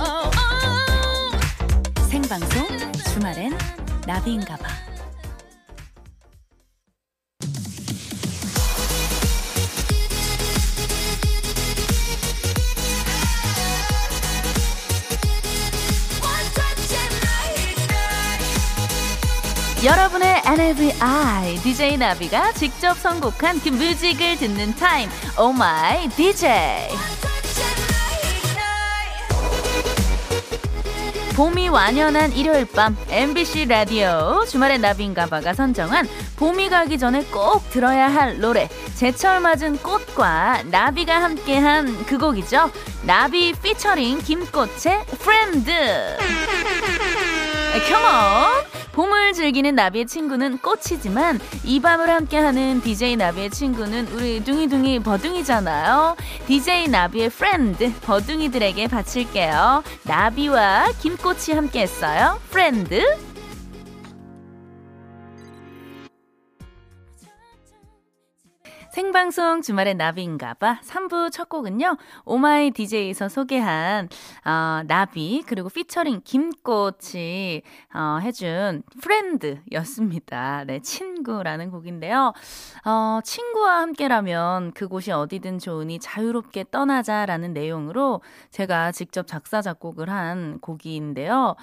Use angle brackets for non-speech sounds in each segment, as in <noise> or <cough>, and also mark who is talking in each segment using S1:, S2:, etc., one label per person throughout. S1: 어, 방송 주말엔 나비인가봐. 여러분의 NAVI DJ 나비가 직접 선곡한 그 뮤직을 듣는 타임. Oh 오 마이 DJ. 봄이 완연한 일요일 밤 MBC 라디오 주말의 나비인가봐가 선정한 봄이 가기 전에 꼭 들어야 할 노래 제철 맞은 꽃과 나비가 함께한 그 곡이죠 나비 피처링 김꽃의 프렌드 컴온 네, 봄을 즐기는 나비의 친구는 꽃이지만 이 밤을 함께하는 DJ 나비의 친구는 우리 둥이둥이 버둥이잖아요. DJ 나비의 프렌드 버둥이들에게 바칠게요. 나비와 김꽃이 함께했어요. 프렌드. 생방송 주말의 나비인가봐 3부 첫 곡은요 오마이 DJ에서 소개한 어, 나비 그리고 피처링 김꽃이 어, 해준 프렌드였습니다. 네 친구라는 곡인데요. 어, 친구와 함께라면 그곳이 어디든 좋으니 자유롭게 떠나자라는 내용으로 제가 직접 작사 작곡을 한 곡인데요.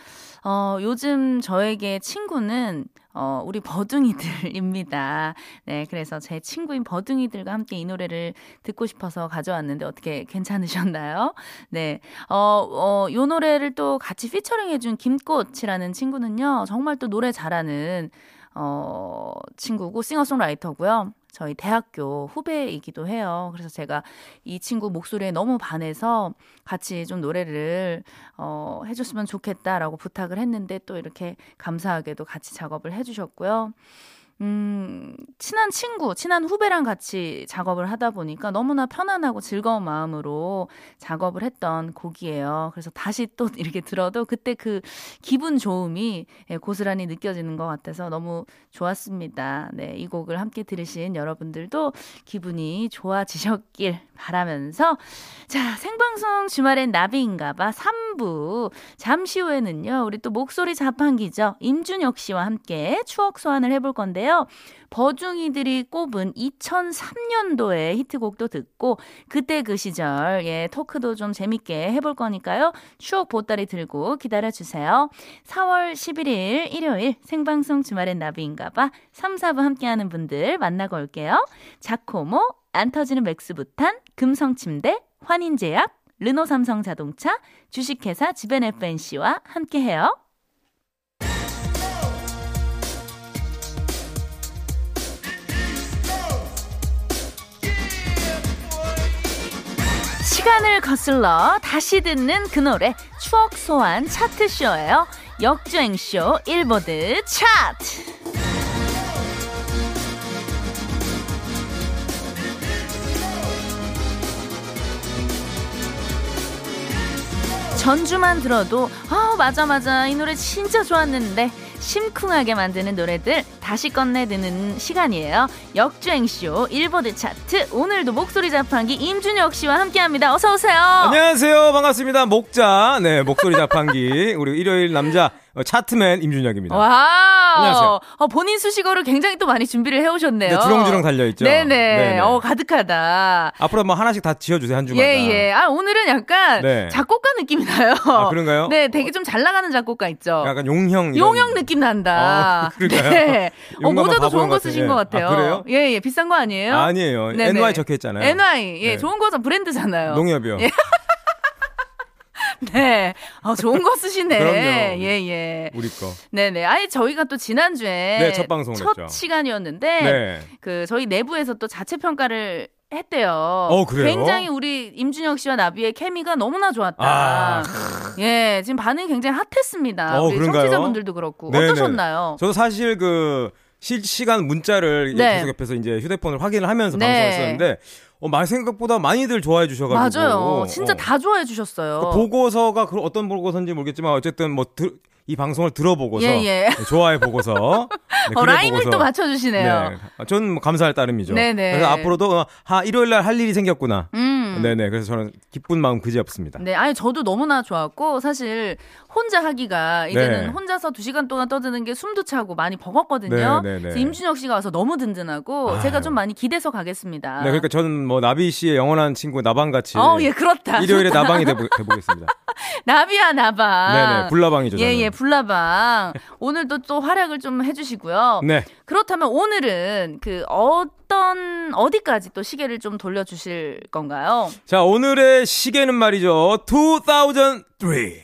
S1: 어, 요즘 저에게 친구는 어, 우리 버둥이들입니다. 네, 그래서 제 친구인 버둥이들과 함께 이 노래를 듣고 싶어서 가져왔는데 어떻게 괜찮으셨나요? 네, 어, 어, 요 노래를 또 같이 피처링 해준 김꽃이라는 친구는요, 정말 또 노래 잘하는, 어, 친구고, 싱어송라이터고요. 저희 대학교 후배이기도 해요. 그래서 제가 이 친구 목소리에 너무 반해서 같이 좀 노래를 어, 해줬으면 좋겠다라고 부탁을 했는데 또 이렇게 감사하게도 같이 작업을 해주셨고요. 음, 친한 친구, 친한 후배랑 같이 작업을 하다 보니까 너무나 편안하고 즐거운 마음으로 작업을 했던 곡이에요. 그래서 다시 또 <laughs> 이렇게 들어도 그때 그 기분 좋음이 예, 고스란히 느껴지는 것 같아서 너무 좋았습니다. 네, 이 곡을 함께 들으신 여러분들도 기분이 좋아지셨길 바라면서 자, 생방송 주말엔 나비인가봐 3부 잠시 후에는요, 우리 또 목소리 자판기죠. 임준혁 씨와 함께 추억 소환을 해볼 건데 요 버중이들이 꼽은 2003년도의 히트곡도 듣고 그때 그 시절 예 토크도 좀 재밌게 해볼 거니까요. 추억 보따리 들고 기다려 주세요. 4월 11일 일요일 생방송 주말엔 나비인가봐 3, 4부 함께하는 분들 만나고 올게요. 자코모 안 터지는 맥스부탄 금성침대 환인제약 르노삼성자동차 주식회사 지벤FNC와 함께해요. 시간을 거슬러 다시 듣는 그 노래 추억 소환 차트쇼예요. 역주행쇼 일보드 차트. 전주만 들어도 아 맞아 맞아 이 노래 진짜 좋았는데 심쿵하게 만드는 노래들 다시 건네 드는 시간이에요. 역주행쇼 일보드 차트 오늘도 목소리 자판기 임준혁 씨와 함께합니다. 어서 오세요.
S2: 안녕하세요. 반갑습니다. 목자, 네, 목소리 자판기. <laughs> 우리 일요일 남자 어, 차트맨 임준혁입니다.
S1: 와우.
S2: 안녕하세요.
S1: 어, 본인 수식어를 굉장히 또 많이 준비를 해오셨네요. 어.
S2: 네, 주렁주렁 달려있죠.
S1: 네네.
S2: 네네.
S1: 어 가득하다.
S2: 앞으로 뭐 하나씩 다 지어주세요, 한 주마다.
S1: 예, 예. 아, 오늘은 약간
S2: 네.
S1: 작곡가 느낌이 나요.
S2: 아, 그런가요?
S1: 네, 되게 좀 잘 나가는 작곡가 있죠.
S2: 약간 용형. 이런-
S1: 용역 느낌 난다.
S2: 음. 아,
S1: <laughs>
S2: 그럴까요?
S1: 네. 어,
S2: 용감한
S1: 모자도 좋은
S2: 바보인
S1: 거
S2: 것
S1: 쓰신
S2: 같아요.
S1: 것 같아요.
S2: 아, 그래요?
S1: 예, 예. 비싼 거 아니에요?
S2: 아니에요.
S1: 네네.
S2: NY 적혀있잖아요.
S1: NY. 예,
S2: 네.
S1: 좋은 거죠. 브랜드잖아요.
S2: 농협이요.
S1: 예. 네. 어, 좋은 거 쓰시네.
S2: <laughs> 그럼요.
S1: 예, 예.
S2: 우리 거.
S1: 네네. 아니, 저희가 또 지난주에.
S2: 네, 첫 방송을
S1: 첫
S2: 했죠.
S1: 시간이었는데.
S2: 네.
S1: 그 저희 내부에서 또 자체 평가를 했대요.
S2: 어, 그래요?
S1: 굉장히 우리 임준혁 씨와 나비의 케미가 너무나 좋았다.
S2: 아.
S1: 예, 지금 반응이 굉장히 핫했습니다.
S2: 어,
S1: 우리
S2: 그런가요?
S1: 청취자분들도 그렇고
S2: 네네.
S1: 뭐 어떠셨나요?
S2: 저도 사실 그 실시간 문자를 이제
S1: 네.
S2: 계속 옆에서 이제 휴대폰을 확인을 하면서
S1: 네.
S2: 방송했었는데, 어, 말 생각보다 많이들 좋아해 주셔가지고.
S1: 맞아요. 진짜
S2: 어.
S1: 다 좋아해 주셨어요.
S2: 그 보고서가 그 어떤 보고서인지 모르겠지만 어쨌든 뭐 이 방송을 들어보고서
S1: 예, 예.
S2: 네, 좋아해 보고서 네,
S1: <laughs> 어,
S2: 그래
S1: 라임을
S2: 보고서.
S1: 또 맞춰 주시네요.
S2: 네, 저는 뭐 감사할 따름이죠.
S1: 네네.
S2: 그래서 앞으로도 어, 아 일요일 날 할 일이 생겼구나.
S1: 음.
S2: 네네. 그래서 저는 기쁜 마음 그지 없습니다.
S3: 네, 아니 저도 너무나 좋았고 사실 혼자 하기가 이제는
S2: 네.
S3: 혼자서 두 시간 동안 떠드는 게 숨도 차고 많이 버겁거든요.
S2: 네, 네, 네.
S3: 그래서 임준혁 씨가 와서 너무 든든하고 제가 좀 많이 기대서 가겠습니다.
S2: 네, 그러니까 저는 뭐 나비 씨의 영원한 친구 나방 같이
S3: 어,
S1: <laughs>
S3: 예, 그렇다.
S2: 일요일에 나방이 돼보, 겠습니다
S3: <laughs> 나비야
S1: 아.
S3: 나방.
S2: 네네, 불나방이죠. 저는.
S3: 예, 예, 불나방. 오늘도 또 활약을 좀 해주시고요.
S2: <laughs> 네,
S3: 그렇다면 오늘은 그 어떤 어디까지 또 시계를 좀 돌려주실 건가요?
S2: 자 오늘의 시계는 말이죠, 2003.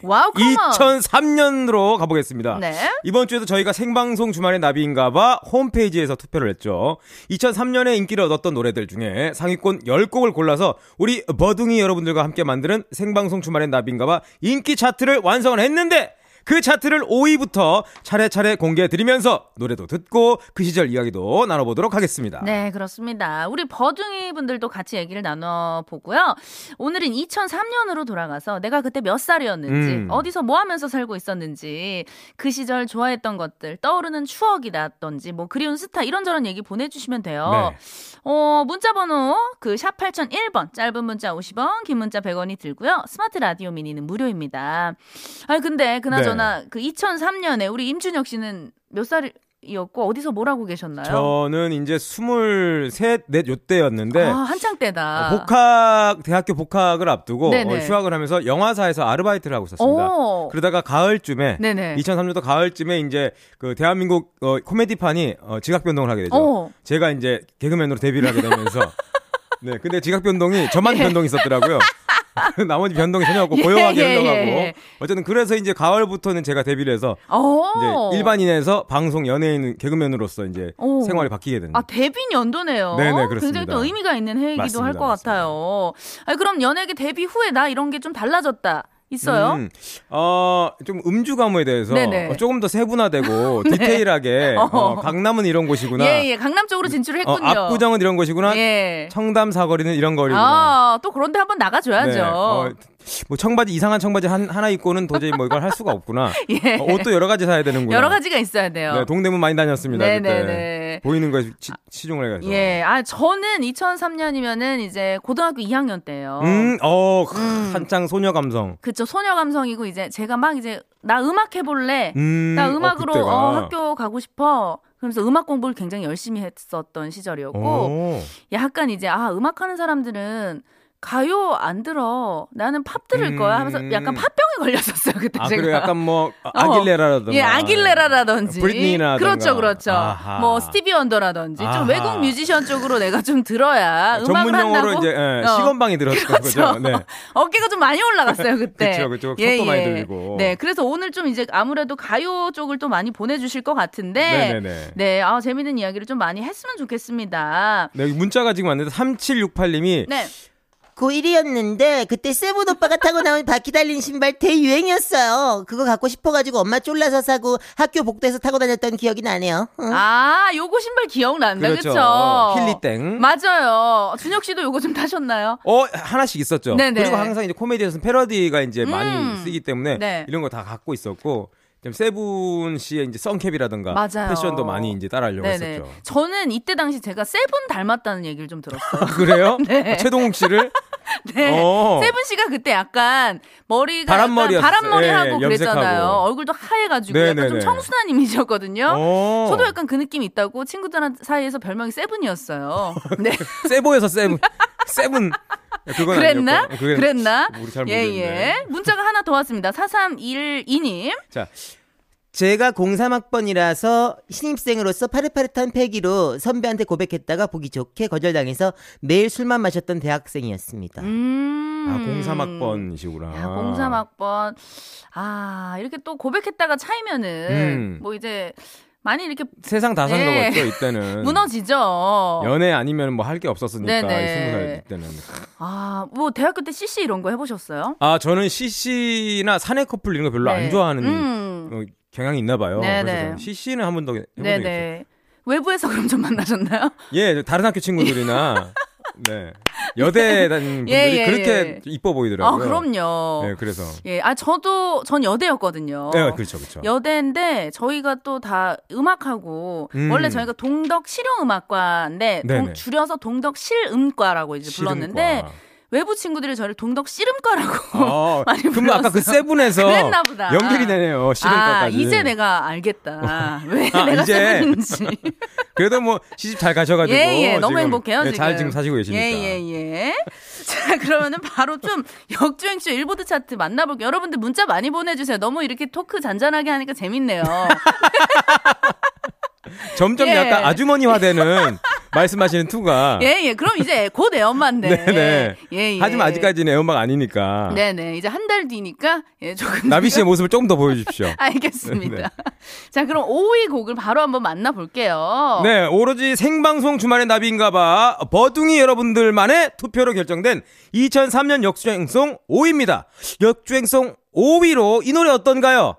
S3: 와우, 컴온.
S2: 2003년으로 가보겠습니다.
S3: 네.
S2: 이번 주에도 저희가 생방송 주말의 나비인가봐 홈페이지에서 투표를 했죠. 2003년에 인기를 얻었던 노래들 중에 상위권 10곡을 골라서 우리 버둥이 여러분들과 함께 만드는 생방송 주말의 나비인가봐 인기 차트를 완성을 했는데 그 차트를 5위부터 차례차례 공개해드리면서 노래도 듣고 그 시절 이야기도 나눠보도록 하겠습니다.
S3: 네, 그렇습니다. 우리 버둥이 분들도 같이 얘기를 나눠보고요. 오늘은 2003년으로 돌아가서 내가 그때 몇 살이었는지,
S2: 음.
S3: 어디서 뭐 하면서 살고 있었는지, 그 시절 좋아했던 것들, 떠오르는 추억이라든지, 뭐 그리운 스타 이런저런 얘기 보내주시면 돼요.
S2: 네.
S3: 어, 문자번호, 그 샵 8001번, 짧은 문자 50원, 긴 문자 100원이 들고요. 스마트 라디오 미니는 무료입니다. 아 근데
S2: 네.
S3: 그나저나 그 2003년에 우리 임준혁 씨는 몇 살이었고, 어디서 뭘 하고 계셨나요?
S2: 저는 이제 23, 4 요때였는데
S3: 아, 한창 때다.
S2: 네. 어, 복학 대학교 복학을 앞두고
S3: 네네.
S2: 어, 휴학을 하면서 영화사에서 아르바이트를 하고 있었습니다.
S3: 오.
S2: 그러다가 가을쯤에
S3: 네네.
S2: 2003년도 가을쯤에 이제 그 대한민국 어, 코미디판이 어, 지각 변동을 하게 되죠.
S3: 어.
S2: 제가 이제 개그맨으로 데뷔를 하게 되면서 네, 근데 지각 변동이 저만 변동이 있었더라고요. <laughs> 나머지 변동이 전혀 없고
S3: 예,
S2: 고요하게
S3: 예,
S2: 흘러가고
S3: 예, 예.
S2: 어쨌든 그래서 이제 가을부터는 제가 데뷔를 해서
S3: 어.
S2: 이제 네, 일반인에서 방송 연예인 개그맨으로서 이제
S3: 오.
S2: 생활이 바뀌게 된
S3: 아, 데뷔 연도네요.
S2: 네네, 그렇습니다.
S3: 굉장히 또 의미가 있는 해이기도
S2: 맞습니다,
S3: 할 것
S2: 맞습니다.
S3: 같아요. 아니, 그럼 연예계 데뷔 후에 나 이런 게 좀 달라졌다. 있어요?
S2: 음, 어, 좀 음주 가무에 대해서
S3: 네네. 네.
S2: 어, 조금
S3: <laughs>
S2: 더 세분화되고 디테일하게
S3: 어.
S2: 어, 강남은 이런 곳이구나.
S3: 예, 예. 강남 쪽으로 진출을
S2: 어,
S3: 했군요.
S2: 압구정은 이런 곳이구나.
S3: 예.
S2: 청담 사거리는 이런 거리구나.
S3: 아, 또 그런데 한번 나가줘야죠.
S2: 네, 어, 뭐 청바지 이상한 청바지 한, 하나 입고는 도저히 뭐 이걸 할 수가
S3: <laughs>
S2: 없구나.
S3: <laughs> 예.
S2: 어, 옷도 여러 가지 사야 되는구나.
S3: 여러 가지가 있어야 돼요.
S2: 네, 동대문 많이 다녔습니다.
S3: 네,
S2: 그때.
S3: 네, 네.
S2: 보이는 거에 치, 치중을 해가지고.
S3: 예. 아, 저는 2003년이면은 이제 고등학교 2학년 때예요.
S2: 음, 어, 크, 한창 소녀 감성.
S3: 그쵸 소녀 감성이고 이제 제가 막 이제 나 음악 해볼래
S2: 음,
S3: 나
S2: 어,
S3: 음악으로
S2: 그때가.
S3: 어, 학교 가고 싶어 그러면서 음악 공부를 굉장히 열심히 했었던 시절이었고
S2: 오.
S3: 약간 이제 아 음악하는 사람들은 가요 안 들어 나는 팝 들을
S2: 음.
S3: 거야 하면서 약간 팝병에 걸렸었어요 그때
S2: 아,
S3: 제가 어,
S2: 그래
S3: <laughs>
S2: 약간 뭐 아- 아길레라라든가.
S3: 예 아길레라라든지
S2: 브리트니라든가.
S3: 그렇죠 그렇죠
S2: 아하.
S3: 뭐 스티비 언더라든지
S2: 아하.
S3: 좀 외국 뮤지션 쪽으로 내가 좀 들어야 음악을
S2: 전문 용어로
S3: 한다고
S2: 이제 예,
S3: 어.
S2: 시건방이 들었을 거죠.
S3: <laughs> 그렇죠.
S2: 네.
S3: 어깨가 좀 많이
S2: <laughs>
S3: 올라갔어요 그때. 예,
S2: 그쵸, 그쵸. 속도 많이 들리고.
S3: 네, 그래서 오늘 좀 이제 아무래도 가요 쪽을 또 많이 보내주실 것 같은데.
S2: 네네네.
S3: 네, 아 재밌는 이야기를 좀 많이 했으면 좋겠습니다.
S2: 네, 여기 문자가 지금 왔는데 3768님이
S3: 네,
S4: 고1이었는데 그 그때 세븐 오빠가 타고 나온 바퀴 달린 신발 대유행이었어요. 그거 갖고 싶어가지고 엄마 쫄라서 사고 학교 복도에서 타고 다녔던 기억이 나네요. 응.
S3: 아 요거 신발 기억난다,
S2: 그렇죠.
S3: 그렇죠?
S2: 힐리땡.
S3: 맞아요. 준혁 씨도 요거 좀 타셨나요?
S2: 어 하나씩 있었죠.
S3: 네네.
S2: 그리고 항상 이제 코미디에서는 패러디가 이제 많이 쓰기 때문에
S3: 네.
S2: 이런 거 다 갖고 있었고 좀 세븐 씨의 이제 썬캡이라든가
S3: 맞아요. 네,
S2: 패션도 많이 이제 따라하려고 했었죠.
S3: 저는 이때 당시 제가 세븐 닮았다는 얘기를 좀 들었어요.
S2: <laughs> 아, 그래요?
S3: <laughs> 네.
S2: 아, 최동욱 씨를
S3: <laughs> 네.
S2: 어.
S3: 세븐 씨가 그때 약간 머리가
S2: 바람머리였어요.
S3: 약간 바람머리하고
S2: 예,
S3: 그랬잖아요.
S2: 염색하고.
S3: 얼굴도 하얘가지고
S2: 네,
S3: 약간
S2: 네,
S3: 좀
S2: 네.
S3: 청순한 이미지였거든요.
S2: 어.
S3: 저도 약간 그 느낌이 있다고 친구들 사이에서 별명이
S2: <laughs>
S3: 세븐이었어요. 네.
S2: 세보에서 세븐 세븐 네, 그건
S3: 그랬나?
S2: 아니었고. 그건-
S3: 그랬나?
S2: 우리 잘
S3: 예,
S2: 모르겠네.
S3: 예. 문자가 하나 더 왔습니다. 4312님.
S2: 자
S4: 제가 03학번이라서 신입생으로서 파릇파릇한 패기로 선배한테 고백했다가 보기 좋게 거절당해서 매일 술만 마셨던 대학생이었습니다.
S3: 음. 아,
S2: 아, 03학번이시구나. 아.
S3: 야, 03학번. 아, 이렇게 또 고백했다가 차이면은,
S2: 음.
S3: 뭐 이제, 많이 이렇게
S2: 세상 다 산
S3: 네.
S2: 거였죠, 이때는.
S3: 무너지죠.
S2: 연애 아니면 뭐 할 게 없었으니까,
S3: 네네.
S2: 20살 때는.
S3: 아, 뭐 대학교 때 CC 이런 거 해보셨어요?
S2: 아, 저는 CC나 사내 커플 이런 거 별로
S3: 네.
S2: 안 좋아하는
S3: 음.
S2: 어, 경향이 있나 봐요.
S3: 네네.
S2: 그래서 저는 CC는 한 번도 해본 적이 없어요.
S3: 네네. 외부에서 <laughs> 그럼 좀 만나셨나요? 아,
S2: 예, 저 다른 학교
S3: <laughs>
S2: 친구들이나, 네. 여대 다니 분들이
S3: 예, 예,
S2: 그렇게
S3: 예.
S2: 이뻐
S3: 아,
S2: 보이더라고요.
S3: 그럼요.
S2: 네, 그래서.
S3: 예, 아 저도 전 어. 여대였거든요.
S2: 네, 그렇죠, 그렇죠.
S3: 여대인데 저희가 또 다 음악하고
S2: 음.
S3: 원래 저희가 동덕 실용음악과인데 동-
S2: 네네.
S3: 줄여서 동덕 실음과라고 이제 불렀는데
S2: 실음과.
S3: 외부 친구들이 저를 동덕 씨름과라고
S2: 어,
S3: <laughs> 많이
S2: 그럼
S3: 불렀어요.
S2: 아까 그 세븐에서
S3: 그랬나 보다.
S2: 연결이 되네요.
S3: 아,
S2: 시름까지.
S3: 이제 내가 알겠다. <laughs> 왜
S2: 아,
S3: 내가
S2: 이제.
S3: 세븐인지.
S2: 그래도 뭐 시집 잘 <laughs> 가셔가지고
S3: 예, 예, 너무
S2: 지금,
S3: 행복해요.
S2: 예,
S3: 지금.
S2: 잘 지금 사시고 계시니까.
S3: 예, 예, <laughs> 예. 자, 그러면은 바로 좀 역주행쇼 일보드 차트 만나볼게요. 여러분들 문자 많이 보내주세요. 너무 이렇게 토크 잔잔하게 하니까 재밌네요.
S2: 점점
S3: 예.
S2: 약간 아주머니화되는 <laughs> 말씀하시는 투가.
S3: 예, 예. 그럼 이제 곧 애엄마인데.
S2: 아. <laughs> 네네.
S3: 예, 예.
S2: 하지만 아직까지는 애엄마가 아니니까.
S3: 네네. 이제 한 달 뒤니까. 예, 조금.
S2: 나비 씨의 모습을 조금 더 보여주십시오. 네.
S3: <laughs> 알겠습니다. <laughs> 자, 그럼 5위 곡을 바로 한번 만나볼게요.
S2: 네, 오로지 생방송 주말의 나비인가봐 버둥이 여러분들만의 투표로 결정된 2003년 역주행송 5위입니다. 역주행송 5위로 이 노래 어떤가요?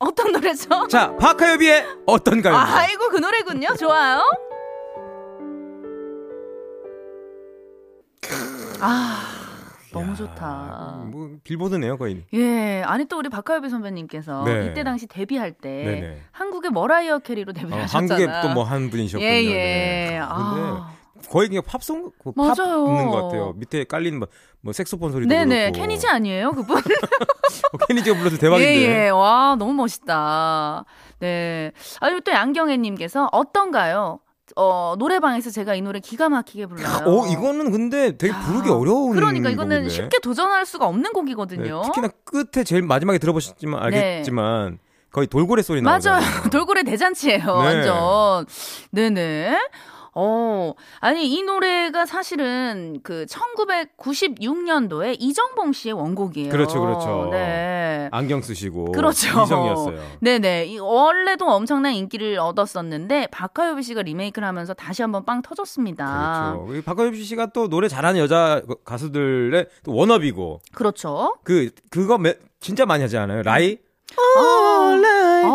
S3: 어떤
S2: <laughs>
S3: 노래죠?
S2: 자, 박하엽이의 어떤가요?
S3: 아이고 그 노래군요. 좋아요. 아 너무 좋다.
S2: 뭐 빌보드네요 거의.
S3: 예, 아니 또 우리 박하엽이 선배님께서
S2: 네.
S3: 이때 당시 데뷔할 때
S2: 네네.
S3: 한국의 머라이어 캐리로
S2: 어,
S3: 예. 데뷔하셨잖아.
S2: 한국에 또 뭐 한 분이셨군요.
S3: 예, 예.
S2: 네.
S3: 아.
S2: 근데 거의 그냥 팝송 그 팝
S3: 맞아요.
S2: 있는 것 같아요. 밑에 깔린 뭐, 뭐 색소폰 소리도
S3: 네네,
S2: 그렇고.
S3: 케니지 아니에요 그분?
S2: 어, 케니지가 불러서 <laughs> 대박인데.
S3: 예, 예, 와 너무 멋있다. 네, 아리고 또 양경애님께서 어떤가요? 어 노래방에서 제가 이 노래 기가 막히게 불러요.
S2: 어, 이거는 근데 되게 부르기
S3: 야,
S2: 어려운
S3: 그러니까 이거는
S2: 곡인데.
S3: 쉽게 도전할 수가 없는
S2: 네,
S3: 곡이거든요. 네.
S2: 특히나 끝에 제일 마지막에 들어보셨지만 알겠지만 거의 돌고래 소리
S3: 맞아요.
S2: 나오잖아요.
S3: <laughs> 돌고래 대잔치예요.
S2: 네.
S3: 완전. 네네. 어, 아니 이 노래가 사실은 그 1996년도에 이정봉 씨의 원곡이에요.
S2: 그렇죠, 그렇죠.
S3: 네.
S2: 안경 쓰시고
S3: 그렇죠.
S2: 이성이었어요.
S3: 네네. 이 원래도 엄청난 인기를 얻었었는데 박하엽 씨가 리메이크를 하면서 다시 한번 빵 터졌습니다.
S2: 그렇죠. 이 박하엽 씨가 또 노래 잘하는 여자 가수들의 또 워너비고
S3: 그렇죠.
S2: 그 그거 매- 진짜 많이 하지 않아요?
S3: 음.
S2: 라이
S3: 아,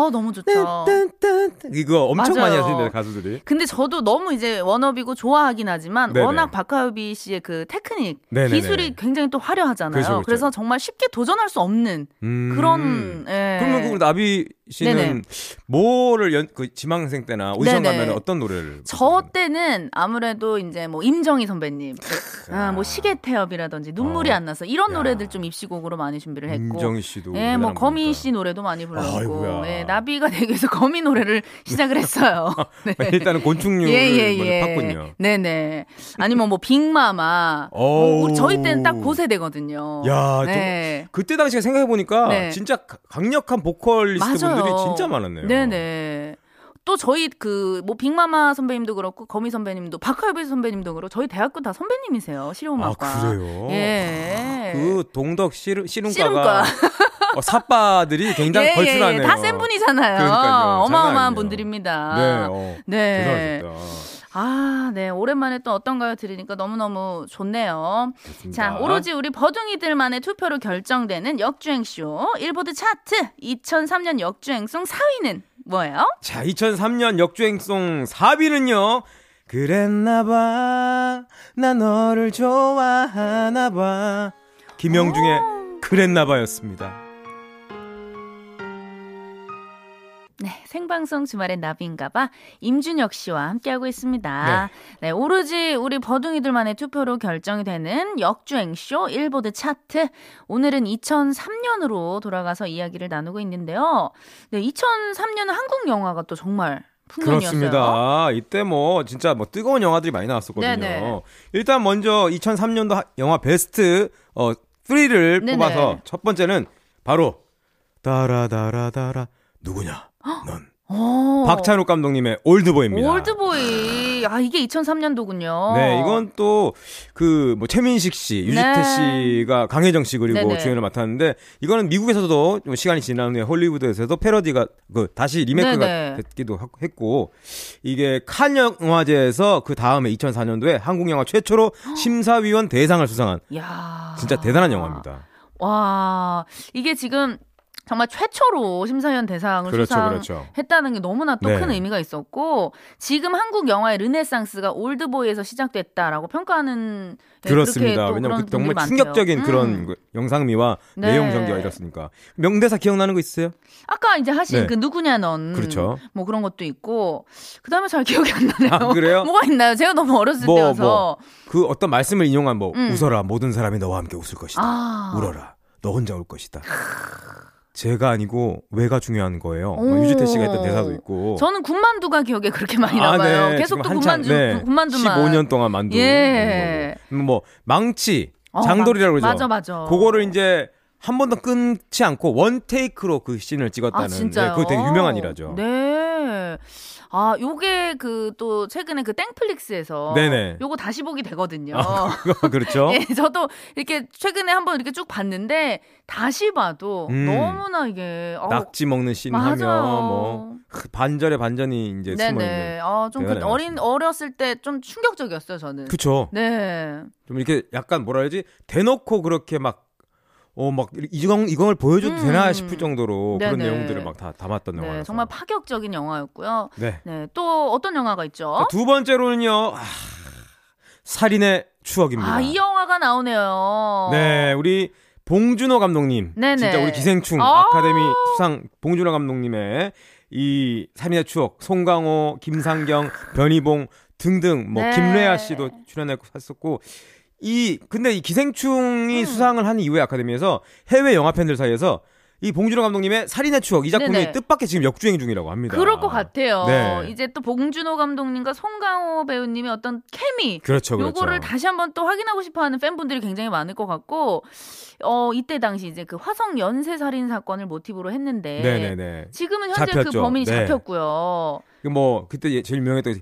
S3: 아, 너무 좋죠.
S2: 네, 딴딴딴. 이거 엄청
S3: 맞아요.
S2: 많이 하시는데 가수들이.
S3: 근데 저도 너무 이제 워너비고 좋아하긴 하지만
S2: 네네.
S3: 워낙 박하유비 씨의 그 테크닉
S2: 네네네.
S3: 기술이 굉장히 또 화려하잖아요.
S2: 그렇죠,
S3: 그래서
S2: 그렇죠.
S3: 정말 쉽게 도전할 수 없는
S2: 음.
S3: 그런 예.
S2: 그러면 그 나비 씨는
S3: 네네.
S2: 뭐를 연, 그 지망생 때나 오디션
S3: 네네.
S2: 가면 어떤 노래를
S3: 저 때는 아무래도 이제 뭐 임정희 선배님, 아, 뭐 시계 태엽이라든지 눈물이
S2: 어.
S3: 안 나서 이런
S2: 야.
S3: 노래들 좀 입시곡으로 많이 준비를 했고,
S2: 정희 씨도 그러니까.
S3: 예, 뭐
S2: 대단한
S3: 거미
S2: 분이다.
S3: 씨 노래도 많이 불렀고,
S2: 아이고야.
S3: 예, 나비가 되기에서 거미 노래를 <laughs> 시작을 했어요.
S2: <laughs>
S3: 네.
S2: <laughs> 일단은 곤충류를
S3: 예, 예,
S2: 먼저
S3: 예.
S2: 팠군요.
S3: 네네. 아니면 뭐 빅마마. 뭐,
S2: 어우.
S3: 우리 저희 때는 딱 고세대거든요.
S2: 야,
S3: 네.
S2: 그때 당시에 생각해 보니까
S3: 네.
S2: 진짜 가- 강력한 보컬리스트
S3: 맞아요.
S2: 분들이 진짜 많았네요.
S3: 네네. 또 저희 그 뭐 빅마마 선배님도 그렇고 거미 선배님도 박하엽 선배님도 그렇고 저희 대학교 다 선배님이세요
S2: 아
S3: 실용음악과.
S2: 그래요.
S3: 예.
S2: 그 동덕 씨름
S3: 씨름과.
S2: 씨름과가 어, 사빠들이 굉장히
S3: 예, 예,
S2: 걸출하네요.
S3: 예. 다센 분이잖아요.
S2: 그러니까요. 장난 아니에요.
S3: 어마어마한
S2: 네,
S3: 분들입니다.
S2: 어,
S3: 네.
S2: 대단하셨다.
S3: 아, 네. 오랜만에 또 어떤가요? 들으니까 너무너무 좋네요.
S2: 좋습니다.
S3: 자, 오로지 우리 버둥이들만의 투표로 결정되는 역주행쇼 일보드 차트 2003년 역주행송 4위는 뭐예요?
S2: 자, 2003년 역주행송 4위는요. 그랬나봐, 나 너를 좋아하나봐. 김영중의 그랬나봐였습니다.
S3: 네, 생방송 주말엔 나비인가봐 임준혁 씨와 함께하고 있습니다. 네. 오로지 우리 버둥이들만의 투표로 결정이 되는 역주행쇼 일보드 차트. 오늘은 2003년으로 돌아가서 이야기를 나누고 있는데요. 네, 2003년은 한국 영화가 또 정말 풍년이었어요.
S2: 그렇습니다. 이때 뭐, 진짜 뭐 뜨거운 영화들이 많이 나왔었거든요.
S3: 네네.
S2: 일단 먼저 2003년도 영화 베스트, 어, 3를
S3: 네네.
S2: 뽑아서 첫 번째는 바로, 따라다라다라, 누구냐, 넌.
S3: 오.
S2: 박찬욱 감독님의 올드보이입니다.
S3: 어. 올드보이. 아, 이게 2003년도군요.
S2: 네, 이건 또 그 뭐 최민식 씨, 유지태
S3: 네.
S2: 씨가 강혜정 씨 그리고
S3: 네네.
S2: 주연을 맡았는데 이거는 미국에서도 좀 시간이 지난 후에 헐리우드에서도 패러디가 그 다시 리메이크가
S3: 네네.
S2: 됐기도 하- 했고 이게 칸 영화제에서 그 다음에 2004년도에 한국 영화 최초로 심사위원 대상을 수상한
S3: 야.
S2: 진짜 대단한 영화입니다.
S3: 와, 이게 지금 정말 최초로 심사위원 대상을
S2: 그렇죠,
S3: 수상했다는
S2: 그렇죠.
S3: 게 너무나 또
S2: 네.
S3: 큰 의미가 있었고 지금 한국 영화의 르네상스가 올드보이에서 시작됐다라고 평가하는 예, 그렇게
S2: 그렇습니다.
S3: 또
S2: 왜냐면
S3: 그런
S2: 그
S3: 분들이
S2: 정말
S3: 많대요.
S2: 충격적인
S3: 음.
S2: 그런 그 영상미와
S3: 네.
S2: 내용 전개가 이렇습니까? 명대사 기억나는 거 있으세요?
S3: 아까 이제 하신
S2: 네.
S3: 그 누구냐 넌
S2: 그렇죠.
S3: 뭐 그런 것도 있고 그다음에 잘 기억이 안 나네요.
S2: 아, 그래요?
S3: <laughs> 뭐가 있나요? 제가 너무 어렸을
S2: 뭐,
S3: 때여서
S2: 뭐. 그 어떤 말씀을 인용한 뭐
S3: 음.
S2: 웃어라 모든 사람이 너와 함께 웃을 것이다.
S3: 아.
S2: 울어라 너 혼자 울 것이다. 제가 아니고 왜가 중요한 거예요. 뭐
S3: 오.
S2: 유지태 씨가 했던 대사도 있고. 네.
S3: 저는 군만두가 기억에 그렇게 많이 남아요. 계속 또
S2: 지금 한창,
S3: 군만두
S2: 네,
S3: 군만두만
S2: 15년 동안 만두.
S3: 예.
S2: 먹은 거고. 뭐 망치,
S3: 어,
S2: 장돌이라고 그러죠.
S3: 망- 맞아, 맞아.
S2: 그거를 이제 한 번도 끊지 않고 원 테이크로 그 씬을 찍었다는. 네,
S3: 아, 진짜요?
S2: 그거 되게 유명한 일화죠.
S3: 네. 아, 요게 그 또 최근에 그 땡플릭스에서
S2: 네네.
S3: 요거 다시 보기 되거든요.
S2: 아, 그거- <laughs> 그렇죠.
S3: 어. <laughs> 예, 저도 이렇게 최근에 한번 이렇게 쭉 봤는데 다시 봐도
S2: 음.
S3: 너무나 이게 어,
S2: 낙지 먹는 씬
S3: 맞아요.
S2: 하면 뭐 반절에 반전이 이제 숨어 있는.
S3: 네네. 아, 좀 그,
S2: 대단해요.
S3: 어린 어렸을 때 좀 충격적이었어요, 저는.
S2: 그쵸.
S3: 네.
S2: 좀 이렇게 약간 뭐라 해야지 대놓고 그렇게 막 어, 막, 이광, 이광을 보여줘도 되나
S3: 음.
S2: 싶을 정도로 그런
S3: 네네.
S2: 내용들을 막 다 담았던 영화라서.
S3: 네, 정말 파격적인 영화였고요.
S2: 네.
S3: 네, 또 어떤 영화가 있죠?
S2: 자, 두 번째로는요. 아, 살인의 추억입니다.
S3: 아, 이 영화가 나오네요.
S2: 네, 우리 봉준호 감독님.
S3: 어. 네네.
S2: 진짜 우리 기생충
S3: 아.
S2: 아카데미 수상 봉준호 감독님의 이 살인의 추억
S3: <laughs>
S2: 송강호, 김상경, 변희봉 등등 뭐
S3: 네.
S2: 김래아 씨도 출연했고 했었고 이 근데 이 기생충이
S3: 음.
S2: 수상을 한 이후에 아카데미에서 해외 영화 팬들 사이에서 이 봉준호 감독님의 살인의 추억 이 작품이
S3: 네네.
S2: 뜻밖의 지금 역주행 중이라고 합니다.
S3: 그럴 것 같아요.
S2: 네.
S3: 이제 또 봉준호 감독님과 송강호 배우님의 어떤 케미
S2: 그렇죠, 그렇죠.
S3: 요거를 다시 한번 또 확인하고 싶어하는 팬분들이 굉장히 많을 것 같고 어 이때 당시 이제 그 화성 연쇄 살인 사건을 모티브로 했는데
S2: 네네네.
S3: 지금은 현재 그
S2: 잡혔죠.
S3: 범인이
S2: 네.
S3: 잡혔고요.
S2: 그뭐 그때 예- 제일 유명했던 게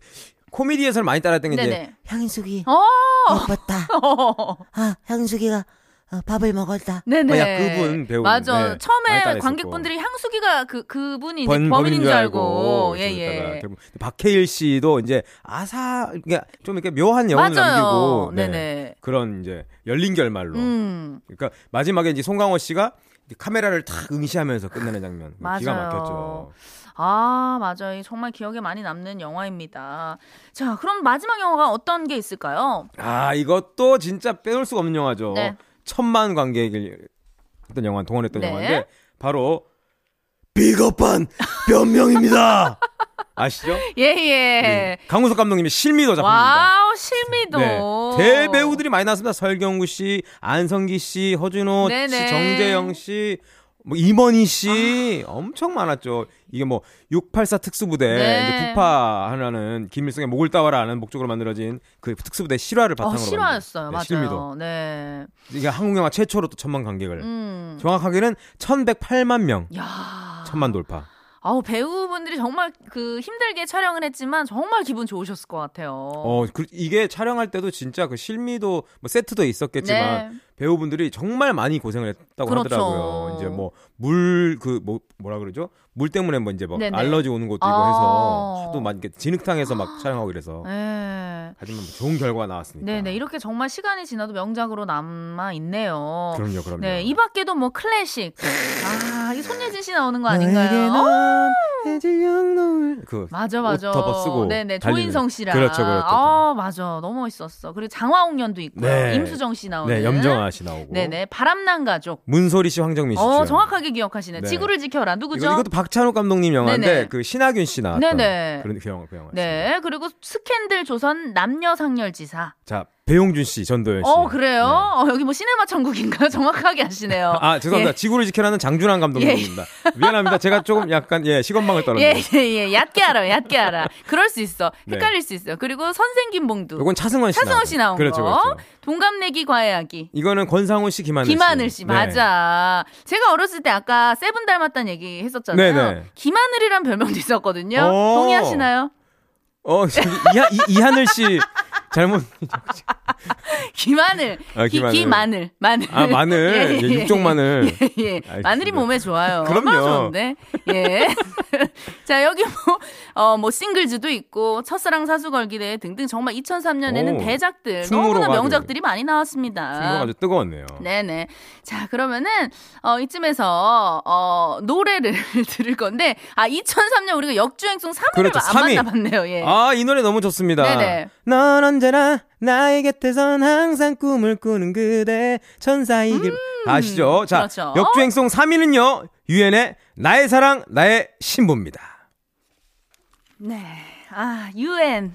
S2: 코미디에서 많이 따랐던 게 이제
S3: 네네.
S4: 향인숙이
S3: 어.
S4: 예뻤다. 아, 향인숙이가 어, 밥을 먹었다.
S3: <laughs> 네네.
S2: 야, 그분 배우.
S3: 맞아.
S2: 네, 많이
S3: 처음에
S2: 따라했었고.
S3: 관객분들이 향수기가 그 그분이 이제
S2: 범-
S3: 범인인 줄 알고
S2: 그래서 이따가
S3: 예예.
S2: 결국 박해일 씨도 이제 아사 이렇게 좀 이렇게 묘한 영혼을
S3: 맞아요.
S2: 남기고 네.
S3: 네네.
S2: 그런 이제 열린 결말로
S3: 음.
S2: 그러니까 마지막에 이제 송강호 씨가 이제 카메라를 탁 응시하면서 끝내는 장면 뭐 기가
S3: 맞아요.
S2: 막혔죠.
S3: 아, 맞아요. 이 정말 기억에 많이 남는 영화입니다. 자, 그럼 마지막 영화가 어떤 게 있을까요?
S2: 아 이것도 진짜 빼놓을 수가 없는 영화죠.
S3: 네.
S2: 천만 관객을 했던 영화 동원했던
S3: 네.
S2: 영화인데 바로 비겁한
S3: <laughs>
S2: 변명입니다. 아시죠? 네.
S3: 예, 예.
S2: 강우석 감독님의 실미도 작품입니다.
S3: 와우, 실미도.
S2: 네.
S3: 어.
S2: 대배우들이 많이 나왔습니다. 설경구 씨, 안성기 씨, 허준호
S3: 네네.
S2: 씨, 정재영 씨, 뭐 임원희 씨 엄청 많았죠. 이게 뭐 684 특수부대
S3: 아. 네.
S2: 이제 부파하는 김일성의 목을 따와라는 목적으로 만들어진 그 특수부대 실화를
S3: 어,
S2: 바탕으로
S3: 실화였어요.
S2: 만든,
S3: 맞아요.
S2: 실미도. 네.
S3: 네.
S2: 이게 한국 영화 최초로 또 천만 관객을
S3: 음.
S2: 정확하게는 1,108만 명.
S3: 야.
S2: 천만 돌파.
S3: 아우, 배우분들이 정말 그 힘들게 촬영을 했지만 정말 기분 좋으셨을 것 같아요.
S2: 어, 그- 이게 촬영할 때도 진짜 그 실미도 뭐 세트도 있었겠지만
S3: 네.
S2: 배우분들이 정말 많이 고생을 했다고
S3: 그렇죠.
S2: 하더라고요. 이제 뭐 물 그 뭐, 뭐라 그러죠? 물 때문에 뭐 이제 막
S3: 네네.
S2: 알러지 오는 것도 있고
S3: 아.
S2: 해서 하도 막 이렇게 진흙탕에서 막 촬영하고 그래서
S3: 네.
S2: 하지만 뭐 좋은 결과가 나왔으니까.
S3: 네, 네. 이렇게 정말 시간이 지나도 명작으로 남아 있네요.
S2: 그럼요, 그럼요.
S3: 네, 이 밖에도 뭐 클래식. 아, 이게 손예진 씨 나오는 거
S2: 나에게
S3: 아닌가요? 어?
S2: 넌 음. 해질녘 노을 그
S3: 맞아, 맞아.
S2: 옷 덮어 쓰고
S3: 네네,
S2: 달리는.
S3: 조인성 씨랑.
S2: 그렇죠, 그렇죠.
S3: 아, 맞아. 너무 멋있었어. 그리고 장화홍련도 있고,
S2: 네.
S3: 임수정 씨 나오는.
S2: 네, 염정아 씨 나오고.
S3: 네네, 바람난 가족.
S2: 문소리 씨, 황정민 씨.
S3: 어,
S2: 출연.
S3: 정확하게 기억하시네.
S2: 네.
S3: 지구를 지켜라. 누구죠?
S2: 이거, 이것도 박찬욱 감독님 영화인데
S3: 네네.
S2: 그 신하균 씨 나왔던
S3: 네네.
S2: 그런 그 영화 그 영화.
S3: 네, 그리고 스캔들 조선 남녀 상렬지사.
S2: 자, 배용준 씨, 전도연 씨.
S3: 어, 그래요?
S2: 네.
S3: 어, 여기 뭐 시네마 천국인가요? <laughs> 정확하게 아시네요.
S2: 아 죄송합니다.
S3: 예.
S2: 지구를 지켜라는 장준환 감독님입니다. 미안합니다. 제가 조금 약간 예 시건망을 떨었네요.
S3: 예, 예, 예. 얕게 알아, 얕게 알아. 그럴 수 있어.
S2: 네.
S3: 헷갈릴 수 있어. 그리고 선생김봉두.
S2: 이건 차승원 씨.
S3: 차승원 씨 나온
S2: 그렇죠,
S3: 거.
S2: 그렇죠.
S3: 동갑내기 과외하기.
S2: 이거는 권상훈 씨, 김하늘 씨.
S3: 김하늘 씨,
S2: 네.
S3: 맞아. 제가 어렸을 때 아까 세븐 닮았다는 얘기 했었잖아요.
S2: 네네.
S3: 김하늘이란 별명도 있었거든요. <laughs>
S2: 어. <laughs>
S3: 동의하시나요?
S2: 어 저기 이하, 이, 이하늘 씨 잘못
S3: 기마늘.
S2: 아,
S3: 기,
S2: 기마늘.
S3: 기마늘. 마늘.
S2: 아 마늘
S3: <laughs> 예, 예,
S2: 예, 육종 마늘
S3: <laughs> 예, 예.
S2: 알겠습니다.
S3: 마늘이 몸에
S2: <laughs>
S3: 좋아요.
S2: 그럼요.
S3: 얼마나 좋은데. 예. <laughs> 자, 여기 뭐, 어, 뭐, 싱글즈도 있고, 첫사랑 사수 걸기대 등등 정말 2003년에는
S2: 오,
S3: 대작들,
S2: 충무로
S3: 너무나
S2: 가득.
S3: 명작들이 많이 나왔습니다.
S2: 친구가 아주 뜨거웠네요.
S3: 네네. 자, 그러면은, 어, 이쯤에서, 어, 노래를 <laughs> 들을 건데, 아, 2003년 우리가 역주행송 3위를
S2: 그렇죠,
S3: 안
S2: 3위.
S3: 만나봤네요, 예.
S2: 아 이 노래 너무 좋습니다.
S3: 네네.
S2: 넌 언제나 나의 곁에선 항상 꿈을 꾸는 그대 천사이길 아시죠? 자
S3: 음, 그렇죠.
S2: 역주행송 3위는요 유엔의 나의 사랑 나의 신부입니다.
S3: 네. 아, 유엔의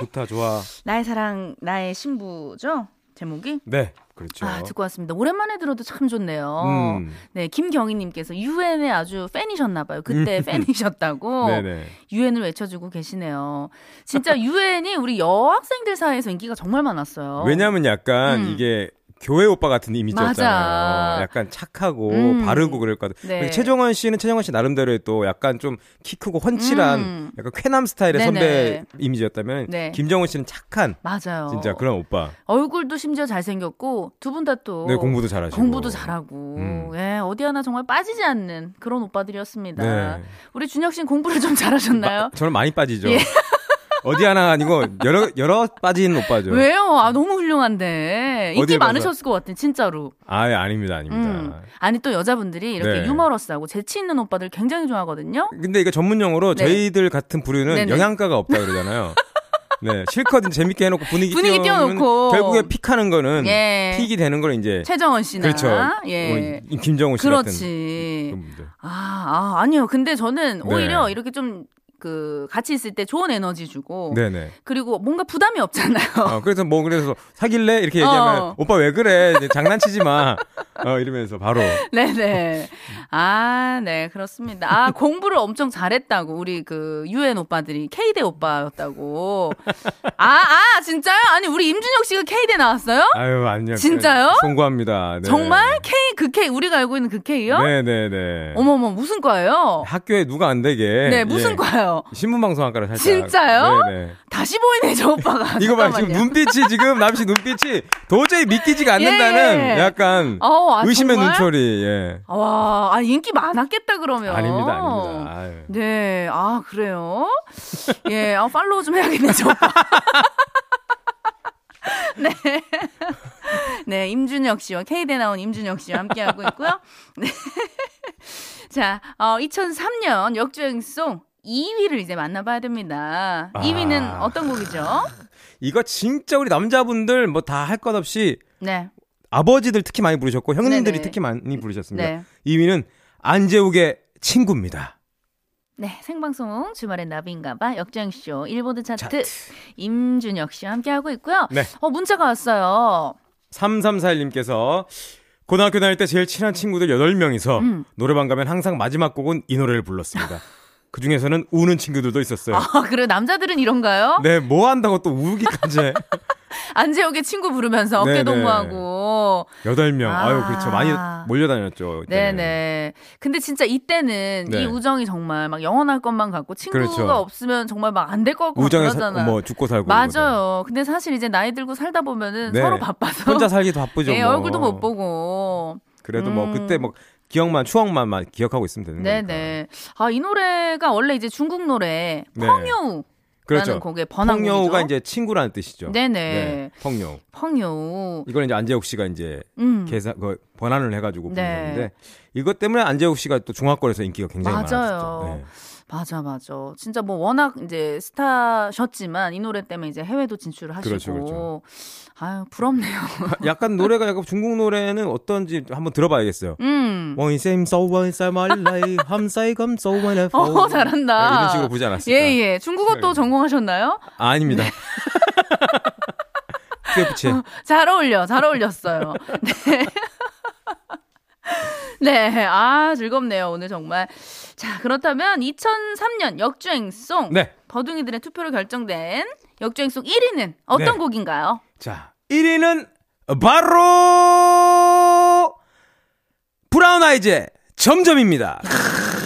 S2: <laughs> 좋다 좋아.
S3: 나의 사랑, 나의 신부죠? 제목이?
S2: 네 그렇죠.
S3: 아, 듣고 왔습니다. 오랜만에 들어도 참 좋네요.
S2: 음.
S3: 네, 김경희님께서 유엔의 아주 팬이셨나봐요. 그때 팬이셨다고.
S2: 음. <laughs> 네네.
S3: 유엔을 외쳐주고 계시네요. 진짜 유엔이 우리 여학생들 사이에서 인기가 정말 많았어요.
S2: 왜냐면 약간
S3: 음.
S2: 이게 교회 오빠 같은 이미지였잖아요.
S3: 맞아.
S2: 약간 착하고
S3: 음.
S2: 바르고 그럴 것 같아요.
S3: 네.
S2: 근데 최정원 씨는 최정원 씨 나름대로의 또 약간 좀 키 크고 훤칠한
S3: 음.
S2: 약간 쾌남 스타일의
S3: 네네.
S2: 선배 이미지였다면
S3: 네. 어.
S2: 김정은 씨는 착한
S3: 맞아요.
S2: 진짜 그런 오빠.
S3: 얼굴도 심지어 잘생겼고 두 분 다 또
S2: 네, 공부도 잘하시고.
S3: 공부도 잘하고
S2: 음.
S3: 예 어디 하나 정말 빠지지 않는 그런 오빠들이었습니다.
S2: 네.
S3: 우리 준혁 씨는 공부를 좀 잘하셨나요?
S2: 마- 저는 많이 빠지죠.
S3: 예.
S2: 어디 하나 아니고 여러 여러 빠진 오빠죠.
S3: 왜요? 아 너무 훌륭한데 인기
S2: 어디에 가서?
S3: 많으셨을 것 같아 진짜로.
S2: 아, 예, 아닙니다, 아닙니다.
S3: 음. 아니 또 여자분들이 이렇게
S2: 네.
S3: 유머러스하고 재치 있는 오빠들 굉장히 좋아하거든요.
S2: 근데 이거 전문 용어로
S3: 네.
S2: 저희들 같은 부류는
S3: 네네.
S2: 영양가가
S3: <laughs>
S2: 없다 그러잖아요. 네, 실컷 재밌게 해놓고 분위기,
S3: 분위기
S2: 띄워놓으면
S3: 띄워놓고.
S2: 결국에 픽하는 거는
S3: 예.
S2: 픽이 되는 걸 이제
S3: 최정원 씨나
S2: 음, 그렇죠.
S3: 예.
S2: 우리 김정은 씨 같은
S3: 그렇지.
S2: 그런 분들.
S3: 아, 아 아니요. 근데 저는
S2: 네.
S3: 오히려 이렇게 좀 그 같이 있을 때 좋은 에너지 주고
S2: 네네.
S3: 그리고 뭔가 부담이 없잖아요.
S2: 어, 그래서 뭐 그래서 사귈래 이렇게 얘기하면
S3: 어.
S2: 오빠 왜 그래 이제 장난치지 마. 어, 이러면서 바로
S3: <laughs> 네네. 아, 네, 그렇습니다. 아, 공부를 엄청 잘했다고. 우리 그, 유엔 오빠들이 K대 오빠였다고. 아, 아, 진짜요? 아니, 우리 임준혁 씨가 K대 나왔어요?
S2: 아유 안녕.
S3: 진짜요?
S2: 송구합니다. 네.
S3: 정말? K, 그 K, 우리가 알고 있는 그 K요?
S2: 네네네.
S3: 어머머, 무슨 과예요?
S2: 학교에 누가 안 되게.
S3: 네, 무슨
S2: 예.
S3: 과예요?
S2: 신문방송학과를 살짝.
S3: 진짜요?
S2: 네네.
S3: 다시 보이네, 저 오빠가.
S2: <laughs> 이거 봐 지금
S3: 아, 잠깐만요.
S2: 눈빛이 지금 남씨 눈빛이 도저히 믿기지가 않는다는
S3: 예.
S2: 약간
S3: 어우, 아,
S2: 의심의
S3: 정말?
S2: 눈초리. 예.
S3: 와, 아, 인기 많았겠다, 그러면.
S2: 아닙니다, 아닙니다. 아유.
S3: 네, 아, 그래요? 예, 아, 팔로우 좀 <laughs> 해야겠네, 저. 오빠. 네. 네, 임준혁 씨와 K대 나온 임준혁 씨와 함께하고 있고요. 네. 자, 어, 2003년 역주행송 2위를 이제 만나봐야 됩니다.
S2: 아.
S3: 2위는 어떤 곡이죠?
S2: 이거 진짜 우리 남자분들 뭐 다 할 것 없이
S3: 네.
S2: 아버지들 특히 많이 부르셨고 형님들이
S3: 네네.
S2: 특히 많이 부르셨습니다.
S3: 네.
S2: 2위는 안재욱의 친구입니다.
S3: 네, 생방송 주말엔 나비인가봐 역주행쇼 일보드 차트,
S2: 차트.
S3: 임준혁 씨와 함께하고 있고요.
S2: 네.
S3: 어, 문자가 왔어요.
S2: 3341님께서 고등학교 다닐 때 제일 친한 친구들 8명이서
S3: 음.
S2: 노래방 가면 항상 마지막 곡은 이 노래를 불렀습니다. 그 중에서는 우는 친구들도
S3: <laughs>
S2: 있었어요.
S3: 아, 그래 남자들은 이런가요?
S2: 네, 뭐 한다고 또 우기까지 해.
S3: 안재욱의 친구 부르면서 어깨
S2: 네네.
S3: 동무하고.
S2: 8명.
S3: 아.
S2: 아유, 그렇죠. 많이 몰려다녔죠.
S3: 네네.
S2: 이때는.
S3: 근데 진짜 이때는
S2: 네.
S3: 이 우정이 정말 막 영원할 것만 같고 친구가
S2: 그렇죠.
S3: 없으면 정말 막 안 될 것 같고
S2: 우정에 서,
S3: 그러잖아.
S2: 뭐 죽고 살고. 이러잖아요.
S3: 맞아요. 근데 사실 이제 나이 들고 살다 보면은
S2: 네.
S3: 서로 바빠서
S2: 혼자 살기도
S3: <laughs>
S2: 바쁘죠.
S3: 예,
S2: 뭐.
S3: 얼굴도 못 보고.
S2: 그래도 뭐
S3: 음.
S2: 그때 뭐 기억만 추억만 만 기억하고 있으면 되는 거니까.
S3: 네네. 아, 이 노래가 원래 이제 중국 노래
S2: 네.
S3: 펑요우라는
S2: 그렇죠.
S3: 곡의
S2: 펑여우가
S3: 번안곡이죠.
S2: 이제 친구라는 뜻이죠.
S3: 네네.
S2: 네, 펑여우.
S3: 펑요우.
S2: 이걸 이제 안재욱 씨가 이제
S3: 음.
S2: 계산 그 번안을 해가지고
S3: 네.
S2: 부르는데 이것 때문에 안재욱 씨가 또 중화권에서 인기가 굉장히
S3: 맞아요.
S2: 많았죠. 네.
S3: 맞아, 맞아. 진짜 뭐 워낙 이제 스타셨지만 이 노래 때문에 이제 해외도 진출을 하시고.
S2: 그렇죠, 그렇죠.
S3: 아유, 부럽네요.
S2: <laughs> 약간 노래가 약간 중국 노래는 어떤지 한번 들어봐야겠어요.
S3: 음.
S2: 원이셈 서원이셈 알라이 함사이검 서원의
S3: 어, 잘한다.
S2: 뭐 아, 이런 식으로 보지 않았을까?
S3: 예, 예. 중국어 또 전공하셨나요?
S2: 아, 닙니다
S3: 네.
S2: <laughs> 끝에
S3: 잘 어울려, 잘
S2: <laughs>
S3: 어울렸어요. 네. 네, 아, 즐겁네요, 오늘 정말. 자, 그렇다면 2003년 역주행송.
S2: 네.
S3: 버둥이들의 투표로 결정된 역주행송 1위는 어떤
S2: 네.
S3: 곡인가요?
S2: 자, 1위는 바로 브라운 아이즈의 점점입니다.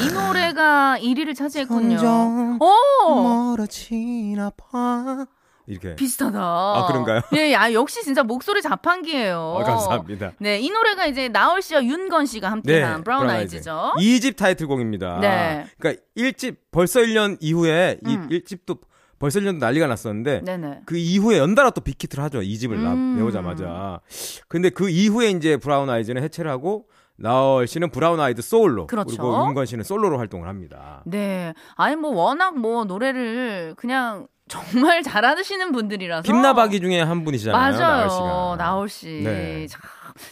S3: 이 노래가 1위를 차지했군요.
S2: 점점
S3: 오!
S2: 멀어지나 봐. 이렇게.
S3: 어. 비슷하다.
S2: 아, 그런가요?
S3: 예, 아, 역시 진짜 목소리 자판기예요.
S2: 어, 감사합니다. 네,
S3: 네, 이 노래가 이제 나얼 씨와 윤건 씨가 함께한 네, 브라운 아이즈죠.
S2: 2집 타이틀곡입니다.
S3: 네.
S2: 그러니까 1집 벌써 1년 이후에
S3: 음.
S2: 이 1집도 벌써 1년도 난리가 났었는데
S3: 네네.
S2: 그 이후에 연달아 또 빅히트를 하죠. 2집을
S3: 음.
S2: 내오자마자. 근데 그 이후에 이제 브라운 아이즈는 해체를 하고 나얼 씨는 브라운 아이드 소울로
S3: 그렇죠.
S2: 리고 윤건 씨는 솔로로 활동을 합니다.
S3: 네. 아니 뭐 워낙 뭐 노래를 그냥 정말 <laughs> 잘하시는 분들이라서
S2: 김나박이 중에 한 분이시잖아요. 나얼
S3: 맞아요.
S2: 씨가.
S3: 나올 씨.
S2: 네.
S3: 참,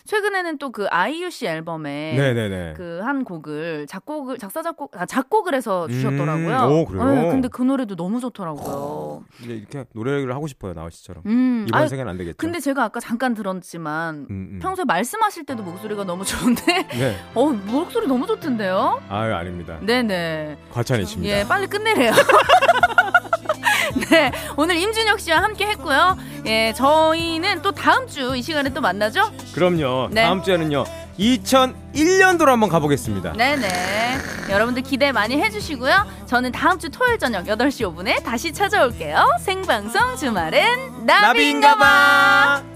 S3: 최근에는 또 그 아이유 씨 앨범에
S2: 네네네.
S3: 그 한 곡을 작곡을 작사 작곡 아, 작곡을 해서 주셨더라고요.
S2: 음, 오, 그래요?
S3: 네, 근데 그 노래도 너무 좋더라고요.
S2: 이제 이렇게 노래를 하고 싶어요. 나얼 씨처럼.
S3: 음.
S2: 이번
S3: 아
S2: 생엔 안 되겠죠.
S3: 근데 제가 아까 잠깐 들었지만
S2: 음, 음.
S3: 평소에 말씀하실 때도 목소리가 너무 좋은데 <laughs>
S2: 네.
S3: 어 목소리 너무 좋던데요?
S2: 아유 아닙니다.
S3: 네네.
S2: 과찬이십니다.
S3: 예, 빨리 끝내래요. <laughs> 네, 오늘 임준혁 씨와 함께 했고요. 예, 저희는 또 다음 주 이 시간에 또 만나죠?
S2: 그럼요.
S3: 네.
S2: 다음 주에는요. 2001년도로 한번 가보겠습니다.
S3: 네네. 여러분들 기대 많이 해주시고요. 저는 다음 주 토요일 저녁 8시 5분에 다시 찾아올게요. 생방송 주말엔 나비인가봐!
S2: 나비인가봐.